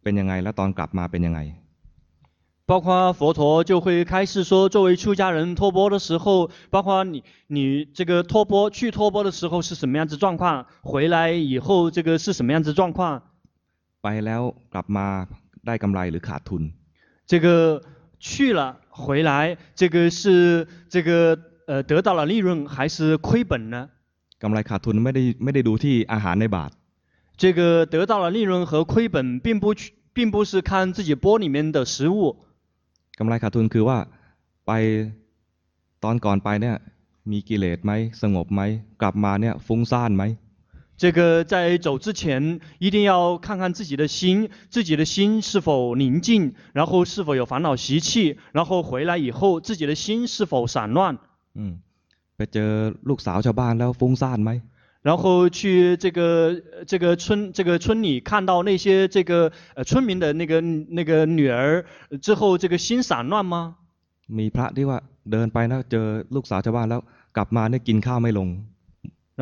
S1: เป็นยังไงแล้วตอนกลับมาเป็นยังไง
S2: 包括佛陀就会开示说，作为出家人托钵的时候，包括你你这个托钵去托钵的时候是什么样子状况，回来以后这个是什么样子状况，
S1: ไปแล้วกลับมาได้กำไรหรือขาดทุน
S2: 这个去了回来，这个是这个呃得到了利润还是亏本呢？
S1: กำไรขาดทุนไม่ได้ไม่ได้ดูที่อาหารในบาท
S2: 这个得到了利润和亏本，并不去，并不是看自己钵里面的食物，
S1: กำไรขาดทุนคือว่าไปตอนก่อนไปเนี่ยมีกิเลสไหมสงบไหมกลับมาเนี่ยฟุ้งซ่านไหม
S2: 这个在走之前一定要看看自己的心，自己的心是否宁静，然后是否有烦恼习气，然后回来以后自己的心是否散乱，
S1: อืมไปเจอลูกสาวชาวบ้านแล้วฟุ้งซ่านไหม
S2: 然后去这个呃这个村这个村里看到那些这个呃村民的那个那个女儿呃之后，这个心散乱吗？
S1: มีพระที่ว่าเดินไปแล้วเจอลูกสาวชาวบ้านแล้วกลับมาเนี่ยกินข้าวไม่ลง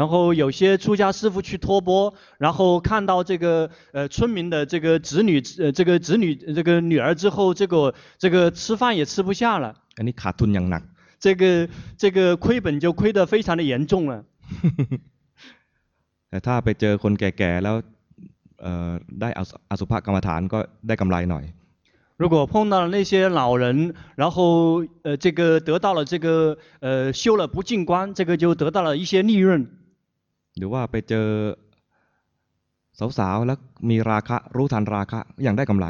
S2: 然后有些出家师傅去托钵，然后看到这个呃村民的这个子女呃这个子女这个女儿之后，这个这个吃饭也吃不下了。
S1: อันนี้ขาดทุนอย่างหนัก
S2: 这个这个亏本就亏得非常的严重了。
S1: แต่ถ้าไปเจอคนแก่ๆแล้วเอ่อได้อสุอสุภกรรมฐานก็ได้กำไรหน่อย
S2: 如果碰到了那些老人，然后呃这个得到了这个呃修了不净观，这个就得到了一些利润。
S1: หรือว่าไปเจอสาวๆแล้วมีราคะรู้ทันราคะอย่างได้กำไร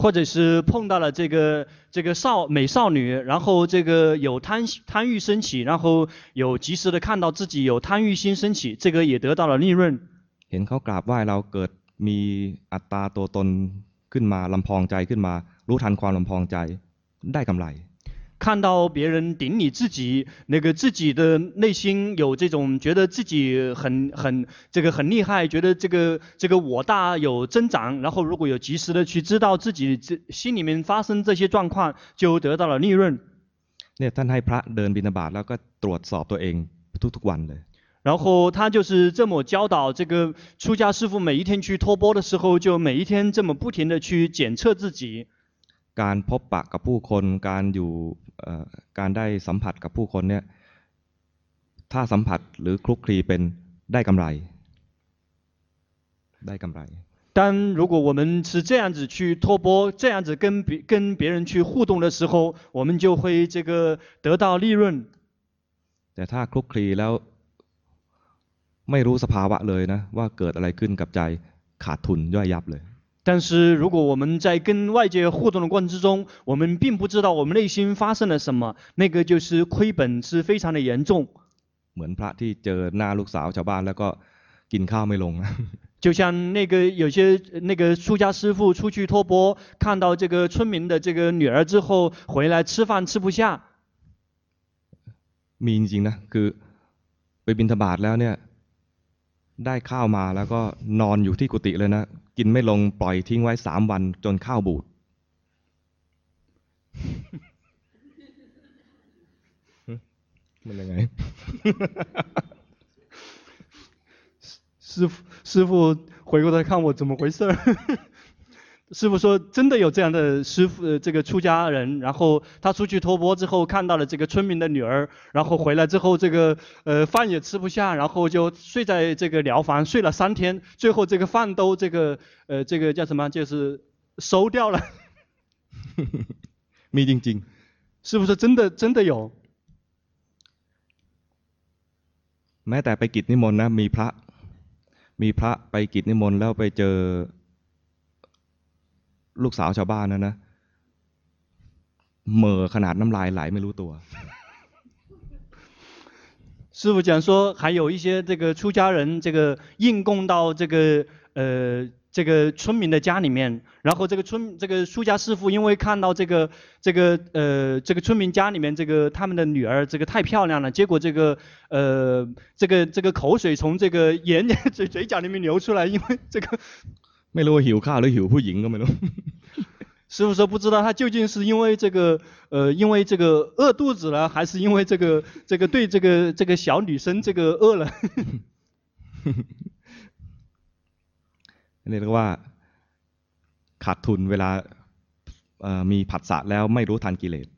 S2: 或者是碰到了这个这个少美少女，然后这个有贪贪欲升起，然后有及时的看到自己有贪欲心升起，这个也得到了利润。
S1: เห็นเขากราบไหว้เราเกิดมีอัตตาตัวตนขึ้นมาลำพองใจขึ้นมา รู้ทันความลำพองใจได้กำไร
S2: 看到别人顶你自己，那个自己的内心有这种觉得自己很很这个很厉害，觉得这个这个我大有增长，然后如果有及时的去知道自己这心里面发生这些状况，就得到了利润。
S1: เนี่ยท่านให้พระเดินบิณฑบาตแล้วก็ตรวจสอบตัวเองทุกๆวันเลย
S2: 然后他就是这么教导这个出家师傅，每一天去托钵的时候，就每一天这么不停的去检测自己。
S1: การพบปะกับผู้คนการอยู่เอ่อการได้สัมผัสกับผู้คนเนี่ยถ้าสัมผัสหรือคลุกคลีเป็นได้กำไร ได้กำไร
S2: 当如果我们是这样子去托钵，这样子跟别跟别人去互动的时候，我们就会这个得到利润。
S1: แต่ถ้าคลุกคลีแล้วไม่รู้สภาวะเลยนะ ว่าเกิดอะไรขึ้นกับใจขาดทุนย่อยยับเลย
S2: 但是如果我们在跟外界互动的过程之中，我们并不知道我们内心发生了什么，那个就是亏本是非常的严重。
S1: เหมือนพระที่เจอหน้าลูกสาวชาวบ้านแล้วก็กินข้าวไม่ลงนะ
S2: 就像那个有些呃那个出家师傅出去托钵，看到这个村民的这个女儿之后，回来吃饭吃不下。
S1: มีจริงๆนะคือไปบินทบาทแล้วเนี่ย ได้ข้าวมาแล้วก็นอนอยู่ที่กุฏิเลยนะ กินไม่ลงปล่อยทิ้งไว้สามวันจนข้าวบูด มันยังไง
S2: 师傅，师傅回过头看我怎么回事儿。 师傅说，真的有这样的师傅，呃这个出家人，然后他出去托钵之后，看到了这个村民的女儿，然后回来之后，这个呃饭也吃不下，然后就睡在这个寮房睡了三天，最后这个饭都这个呃这个叫什么，就是馊掉了。
S1: มีจริง
S2: 师傅说，真的真的有，
S1: ๆ แม้แต่ไปกิจนิมนต์นะ มีพระ มีพระไปกิจนิมนต์แล้วไปเจอ ลูกสาวชาวบ้านนะนะเหม่อขนาดน้ำลายไหลไม่รู้ตัว
S2: 师傅讲说，还有一些这个出家人，这个应供到这个呃这个村民的家里面，然后这个村这个出家师傅因为看到这个这个呃这个村民家里面这个他们的女儿这个太漂亮了，结果这个呃这个这个口水从这个眼嘴嘴角里面流出来，因为这个
S1: ไม่รู้ว่าหิวข้าวหรือหิวผู้หญิงก็ไม่รู้
S2: 师傅说不知道他究竟是因为这个呃因为这个饿肚子了，还是因为这个这个对这个这个小女生这个饿了。
S1: เรียกว่าขาดทุนเวลาเอ่อมีผัสสะแล้วไม่รู้ทันกิเลส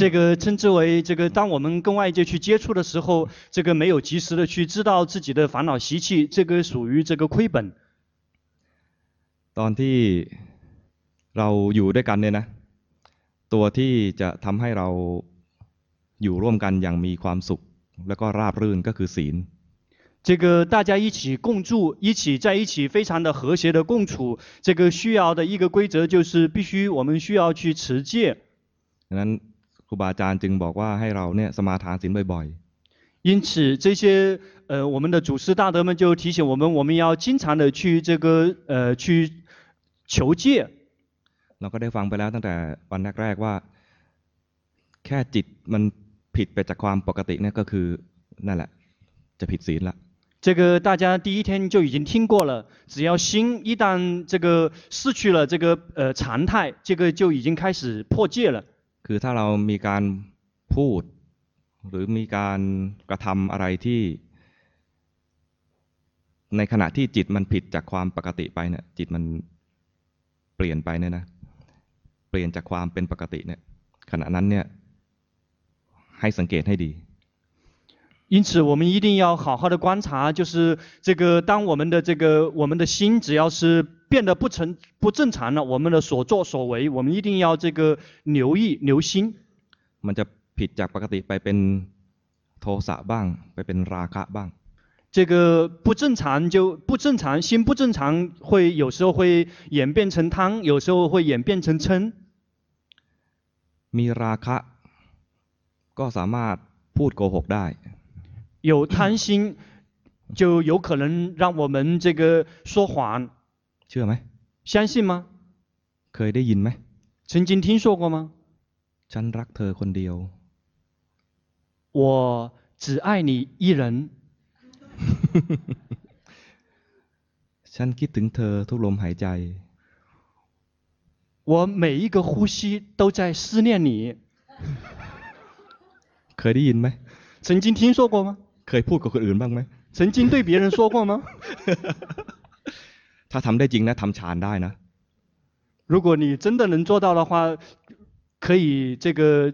S2: 这个称之为这个，当我们跟外界去接触的时候，这个没有及时的去知道自己的烦恼习气，这个属于这个亏本。
S1: ตอนที่เราอยู่ด้วยกันเนี่ยนะ ตัวที่จะทำให้เราอยู่ร่วมกันอย่างมีความสุข แล้วก็ราบรื่นก็คือศีล
S2: 这个大家一起共住，一起在一起，非常的和谐的共处，这个需要的一个规则就是必须我们需要去持戒。
S1: ดังนั้นครูบาอาจารย์จึงบอกว่าให้เราเนี่ยสมาทานศีลบ่อย
S2: 因此，这些呃我们的祖师大德们就提醒我们，我们要经常的去这个呃去求戒。
S1: ๆ เราก็ได้ฟังไปแล้วตั้งแต่วันแรกๆว่า แค่จิตมันผิดไปจากความปกติเนี่ยก็คือนั่นแหละ จะผิดศีลละ
S2: 这个大家第一天就已经听过了，只要心一旦这个失去了这个呃常态，这个就已经开始破戒了。
S1: คือถ้าเรามีการพูด หรือมีการกระทำอะไรที่ ในขณะที่จิตมันผิดจากความปกติไปเนี่ยจิตมันเปลี่ยนไปเนี่ยนะ เปลี่ยนจากความเป็นปกติเนี่ยขณะนั้นเนี่ยให้สังเกตให้ดี
S2: 因此，我们一定要好好的观察，就是这个，当我们的这个我们的心只要是变得不成不正常了，我们的所作所为，我们一定要这个留意留心。
S1: มันจะผิดจากปกติไปเป็นโทสะบ้าง ไปเป็นราคะบ้าง
S2: 这个不正常就不正常，心不正常会有时候会演变成贪，有时候会演变成嗔。
S1: มีราคะก็สามารถพูดโกหกได้
S2: 有贪心，就有可能让我们这个说谎，
S1: เชื่อไหม
S2: 相信吗？
S1: เคยได้ยินไหม
S2: 曾经听说过吗？
S1: ฉันรักเธอคนเดียว
S2: 我只爱你一人，
S1: ฉันคิดถึงเธอทุกลมหายใจ
S2: 我每一个呼吸都在思念你。
S1: เคยได้ยินไหม
S2: 曾经听说过吗？
S1: เคยพูดกับคนอื่นบ้างไหม
S2: 曾经对别人说过吗？
S1: ถ้าทำได้จริงนะทำฌานได้นะ
S2: 如果你真的能做到的话，可以这个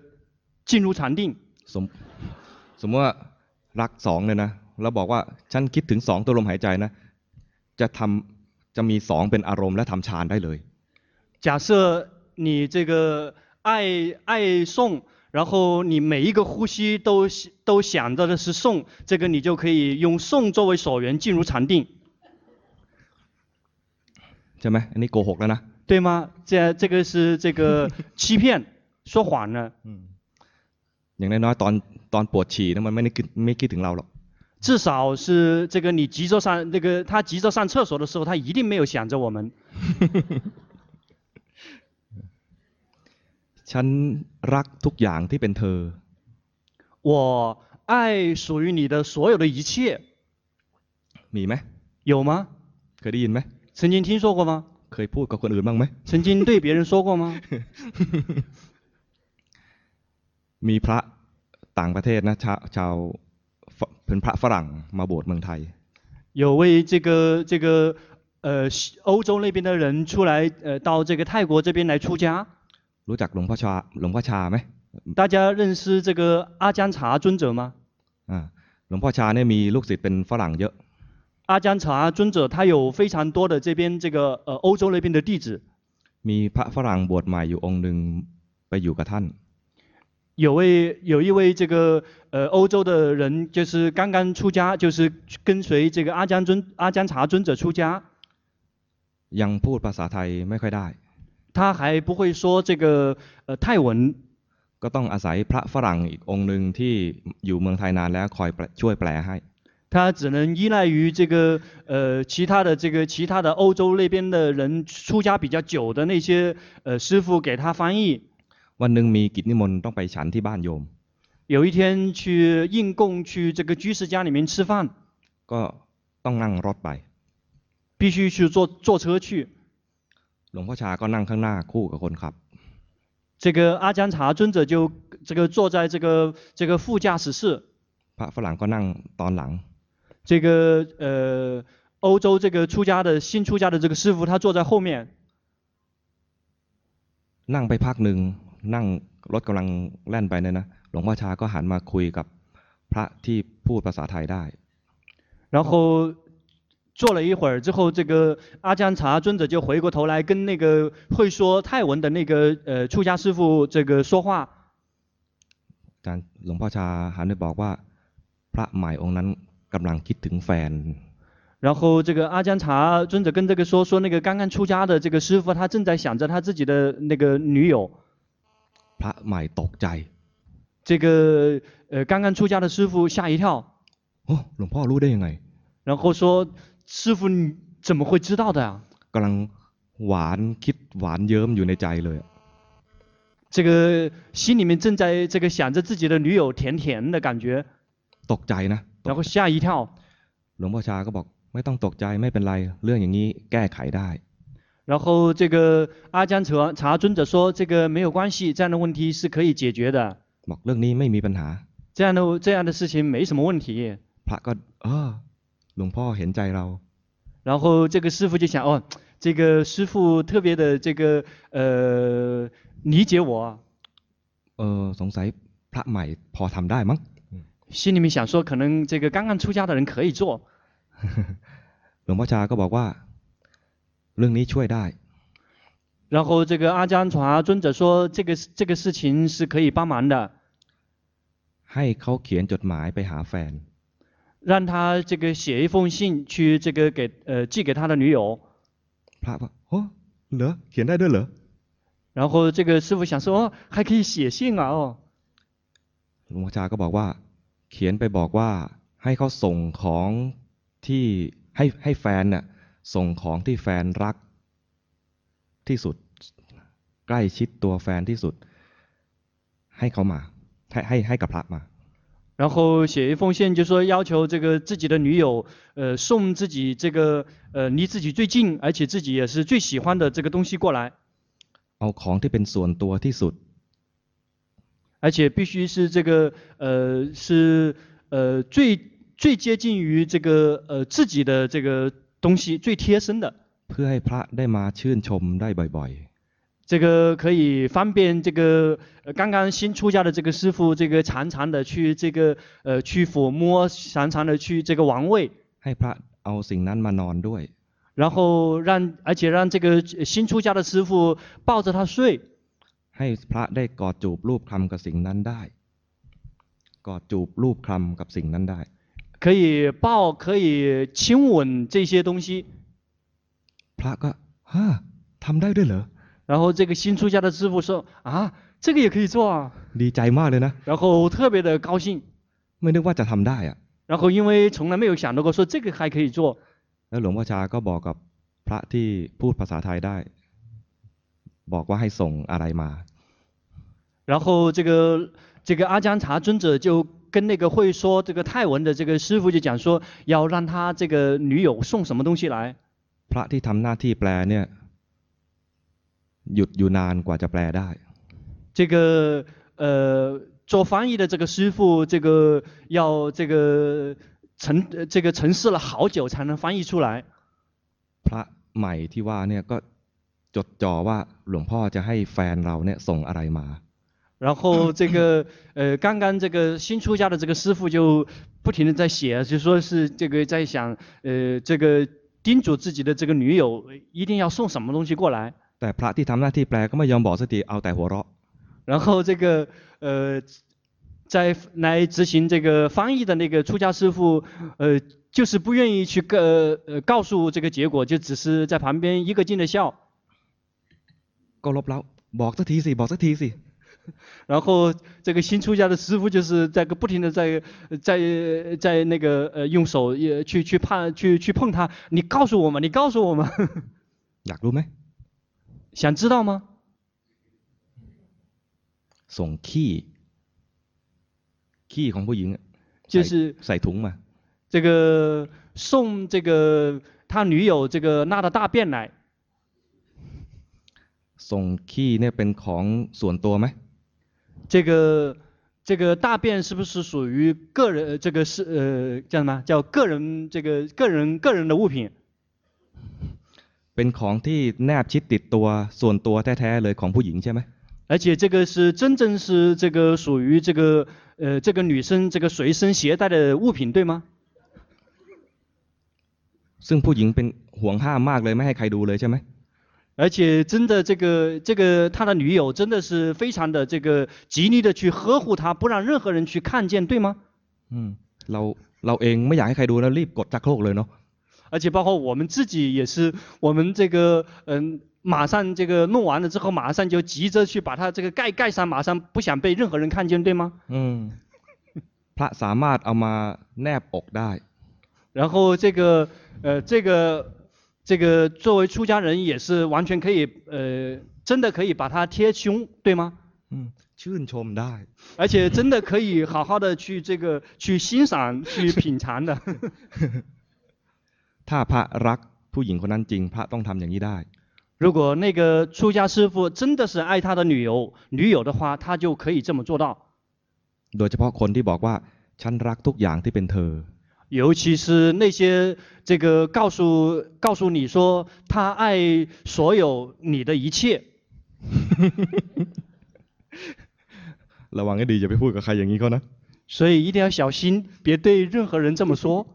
S2: 进入禅定。
S1: สมสมมติว่ารักสองเลยนะ แล้วบอกว่าฉันคิดถึงสองตัวลมหายใจนะ จะทำ จะมีสองเป็นอารมณ์และทำฌานได้เลย
S2: 假设你这个爱爱诵，然后你每一个呼吸都都想着的是诵，这个你就可以用诵作为所缘进入禅定，
S1: ใช่ไหมอันนี้โกหกแล้วนะ
S2: 对吗？这这个是这 个欺骗、说谎呢。
S1: อย่างน้อยๆตอนตอนปวดฉี่นะมันไม่ได้คิดไม่คิดถึงเราหรอก
S2: 至少是这个你急着上那个他急着上厕所的时候，他一定没有想着我们。
S1: ฉันรักทุกอย่างที่เป็นเธอ
S2: 我爱属于你的所有的一切，
S1: มีไหม
S2: 有吗？
S1: เคยได้ยินไหม
S2: 曾经听说过吗？
S1: เคยพูดกับคนอื่นบ้างไหม
S2: 曾经对别人说过吗？
S1: มีพระต่างประเทศนะชาชาวฝเป็นพระฝรั่งมาบวชเมืองไทย
S2: 有位这个这个呃西欧洲那边的人出来呃到这个泰国这边来出家，
S1: รู้จักหลวงพ่อชาหลวงพ่อชาไหม
S2: 大家认识这个阿姜查尊者吗？
S1: อ่าหลวงพ่อชาเนี่ยมีลูกศิษย์เป็นฝรั่งเยอะ
S2: 阿姜查尊者他有非常多的这边这个呃欧洲那边的弟子，
S1: มีพระฝรั่งบวชใหม่อยู่องค์หนึ่งไปอยู่กับท่าน
S2: 有位有一位这个呃欧洲的人，就是刚刚出家，就是跟随这个阿姜尊阿姜查尊者出家，
S1: ยังพูดภาษาไทยไม่ค่อยได้
S2: 他还不会说这个呃泰文，
S1: ก็ต้องอาศัยพระฝรั่งอีกองค์หนึ่งที่อยู่เมืองไทยนานแล้วคอยแปลช่วยแปลให้
S2: 他只能依赖于这个呃其他的这个其他的欧洲那边的人出家比较久的那些呃师傅给他翻译。
S1: วันหนึ่งมีกิจนิมนต์ต้องไปฉันที่บ้านโยม
S2: 有一天去应供去这个居士家里面吃饭，
S1: ก็ต้องนั่งรถไป
S2: 必须去坐坐车去。
S1: หลวงพ่อชาก็นั่งข้างหน้าคู่กับคนขับ
S2: 这个阿姜查尊者就这个坐在这个这个副驾驶室，
S1: พระฝรั่งก็นั่งตอนหลัง
S2: 这个呃，欧洲这个出家的新出家的这个师傅，他坐在后面，
S1: นั่งไปพักหนึ่งนั่งรถกำลังแล่นไปเนี่ยนะ หลวงพ่อชาก็หันมาคุยกับพระที่พูดภาษาไทยได้
S2: 然后坐了一会儿之后，这个阿姜查尊者就回过头来跟那个会说泰文的那个呃出家师傅这个说话。
S1: อาจารย์หลวงพ่อชาหันไปบอกว่า พระใหม่องค์นั้นกำลังคิดถึงแฟน
S2: 然后这个阿姜查尊者跟这个说说那个刚刚出家的这个师傅，他正在想着他自己的那个女友。
S1: พระใหม่ตกใจ
S2: 这个呃刚刚出家的师傅吓一跳，
S1: โอ้หลวงพ่อรู้ได้ยังไง
S2: 然后说师傅你怎么会知道的啊？
S1: กำลังหวานคิดหวานเยิ้มอยู่ในใจเลยอะ
S2: 这个心里面正在这个想着自己的女友甜甜的感觉，
S1: ตกใจนะต
S2: 然
S1: ก
S2: 后吓一跳，
S1: หลวงพ่อชาก็บอกไม่ต้องตกใจไม่เป็นไร เรื่องอย่างนี้แก้ไขได้
S2: 然后这个阿姜查查尊者说这个没有关系，这样的问题是可以解决的，
S1: บอกเรื่องนี้ไม่มีปัญหา
S2: 这样的这样的事情没什么问题。
S1: พระก็เออหลวงพ่อเห็นใจเรา
S2: 然后这个师傅就想哦，这个师傅特别的这个呃理解我，
S1: เออสงสัยพระใหม่พอทำได้มั้ง
S2: 心里面想说可能这个刚刚出家的人可以做，
S1: หลวงพ่อชาก็บอกว่า เรื่องนี้ช่วยได้
S2: 然后这个阿姜查尊者说这个这个事情是可以帮忙的。
S1: ให้เขาเขียนจดหมายไปหาแฟน
S2: 让他这个写一封信去这个给呃寄给他的女友，
S1: พระว่าโอ้เหรอเขียนได้ด้วยเหรอ
S2: 然后这个师傅想说哦还可以写信啊哦，
S1: หลวงพ่อชาก็บอกว่า เขียนไปบอกว่า ให้เขาส่งของที่ให้ให้แฟนน่ะส่งของที่แฟนรักที่สุด ใกล้ชิดตัวแฟนที่สุด ให้เขามา ให้ให้ให้กับพระมา
S2: 然后写一封信就说要求这个自己的女友呃送自己这个呃离自己最近而且自己也是最喜欢的这个东西过来，
S1: เอาของที่เป็นส่วนตัวที่สุด
S2: 而且必须是这个呃是呃最最接近于这个呃自己的这个东西最贴身的。
S1: เพื่อให้พระได้มาชื่นชมได้บ่อย
S2: 这个可以方便这个呃刚刚新出家的这个师傅，这个常常的去这个呃去抚摸，常常的去这个玩味，
S1: ๆ ให้พระเอาสิ่งนั้นมานอนด้วย
S2: 然后让而且让这个新出家的师傅抱着他睡，
S1: ให้พระได้กอดจูบรูปคลำกับสิ่งนั้นได้ กอดจูบรูปคลำกับสิ่งนั้นได้
S2: 可以抱，可以亲吻这些东西。
S1: พระก็ฮ่าทำได้ด้วยเหรอ
S2: 然后这个新出家的师傅说啊，这个也可以做啊，
S1: ดีใจมากเลยนะ
S2: 然后特别的高兴。
S1: ไม่นึกว่าจะทำได้อะ
S2: 然后因为从来没有想到过说这个还可以做，
S1: แล้วหลวงพ่อชาก็บอกกับพระที่พูดภาษาไทยได้ บอกว่าให้ส่งอะไรมา
S2: 然后这个这个阿姜查尊者就跟那个会说这个泰文的这个师傅就讲说，要让他这个女友送什么东西来。
S1: พระที่ทำหน้าที่แปลเนี่ย หยุดอยู่นานกว่าจะแปลได้
S2: 这个呃，做翻译的这个师傅，这个要这个沉呃这个沉思了好久才能翻译出来。
S1: พระใหม่ที่ว่าเนี่ยก็จดจ่อว่าหลวงพ่อจะให้แฟนเราเนี่ยส่งอะไรมา
S2: 然后这个呃，刚刚这个新出家的这个师傅就不停的在写，就说是这个在想，呃，这个叮嘱自己的这个女友呃一定要送什么东西过来。
S1: แต่พระที่ทำหน้าที่แปลก็ไม่ยอมบอกสักทีเอาแต่หัวเราะ
S2: 然后这个呃，在来执行这个翻译的那个出家师傅，呃，就是不愿意去告呃告诉这个结果，就只是在旁边一个劲的笑。
S1: ก็ลบแล้วบอกสักทีสิบอกสักทีสิ
S2: 然后这个新出家的师傅就是在个不停的在在在那个呃用手也去去碰去去碰他，你告诉我们，你告诉我们，
S1: อยากรู้ไหม
S2: 想知道吗？
S1: ส่งขี้ ขี้ของผู้หญิงอะ
S2: 就
S1: ใส่
S2: 是
S1: ใส่ถุงมา
S2: 这个送这个他女友这个纳的大便来，
S1: ส่งขี้เนี่ยเป็นของส่วนตัวไหม
S2: 这个这个大便是不是属于个人呃这个是呃叫什么叫个人这个个人个人的物品？
S1: เป็นของที่แนบชิดติดตัวส่วนตัวแท้ๆเลยของผู้หญิงใช่ไหม
S2: 而且这个是真正是这个属于这个呃这个女生这个随身携带的物品对吗？
S1: ซึ่งผู้หญิงเป็นห่วงห้ามมากเลยไม่ให้ใครดูเลยใช่ไหม
S2: 而且真的这个这个他的女友真的是非常的这个极力的去呵护他，不让任何人去看见，对吗？
S1: อืมเราเราเองไม่อยากให้ใครดูแล้วรีบกดชักโครกเลยเนาะ
S2: 而且包括我们自己也是，我们这个嗯。马上这个弄完了之后，马上就急着去把它这个盖盖上，马上不想被任何人看见，对吗？
S1: อืม พระสามารถเอามาแนบอกได้
S2: 然后这个呃，这个这个作为出家人也是完全可以呃，真的可以把它贴胸，对吗？
S1: อืม ชื่นชมได้
S2: 而且真的可以好好的去这个去欣赏、去品尝的。
S1: ถ้าพระรักผู้หญิงคนนั้นจริง พระต้องทำอย่างนี้ได้
S2: 如果那个出家师傅真的是爱他的女友女友的话，他就可以这么做到。
S1: โดยเฉพาะคนที่บอกว่า ฉันรักทุกอย่างที่เป็นเธอ
S2: 尤其是那些这个告诉告诉你说他爱所有你的一切，
S1: ระวังให้ดีอย่าไปพูดกับใครอย่างนี้เขานะ
S2: 所以一定要小心，别对任何人这么说。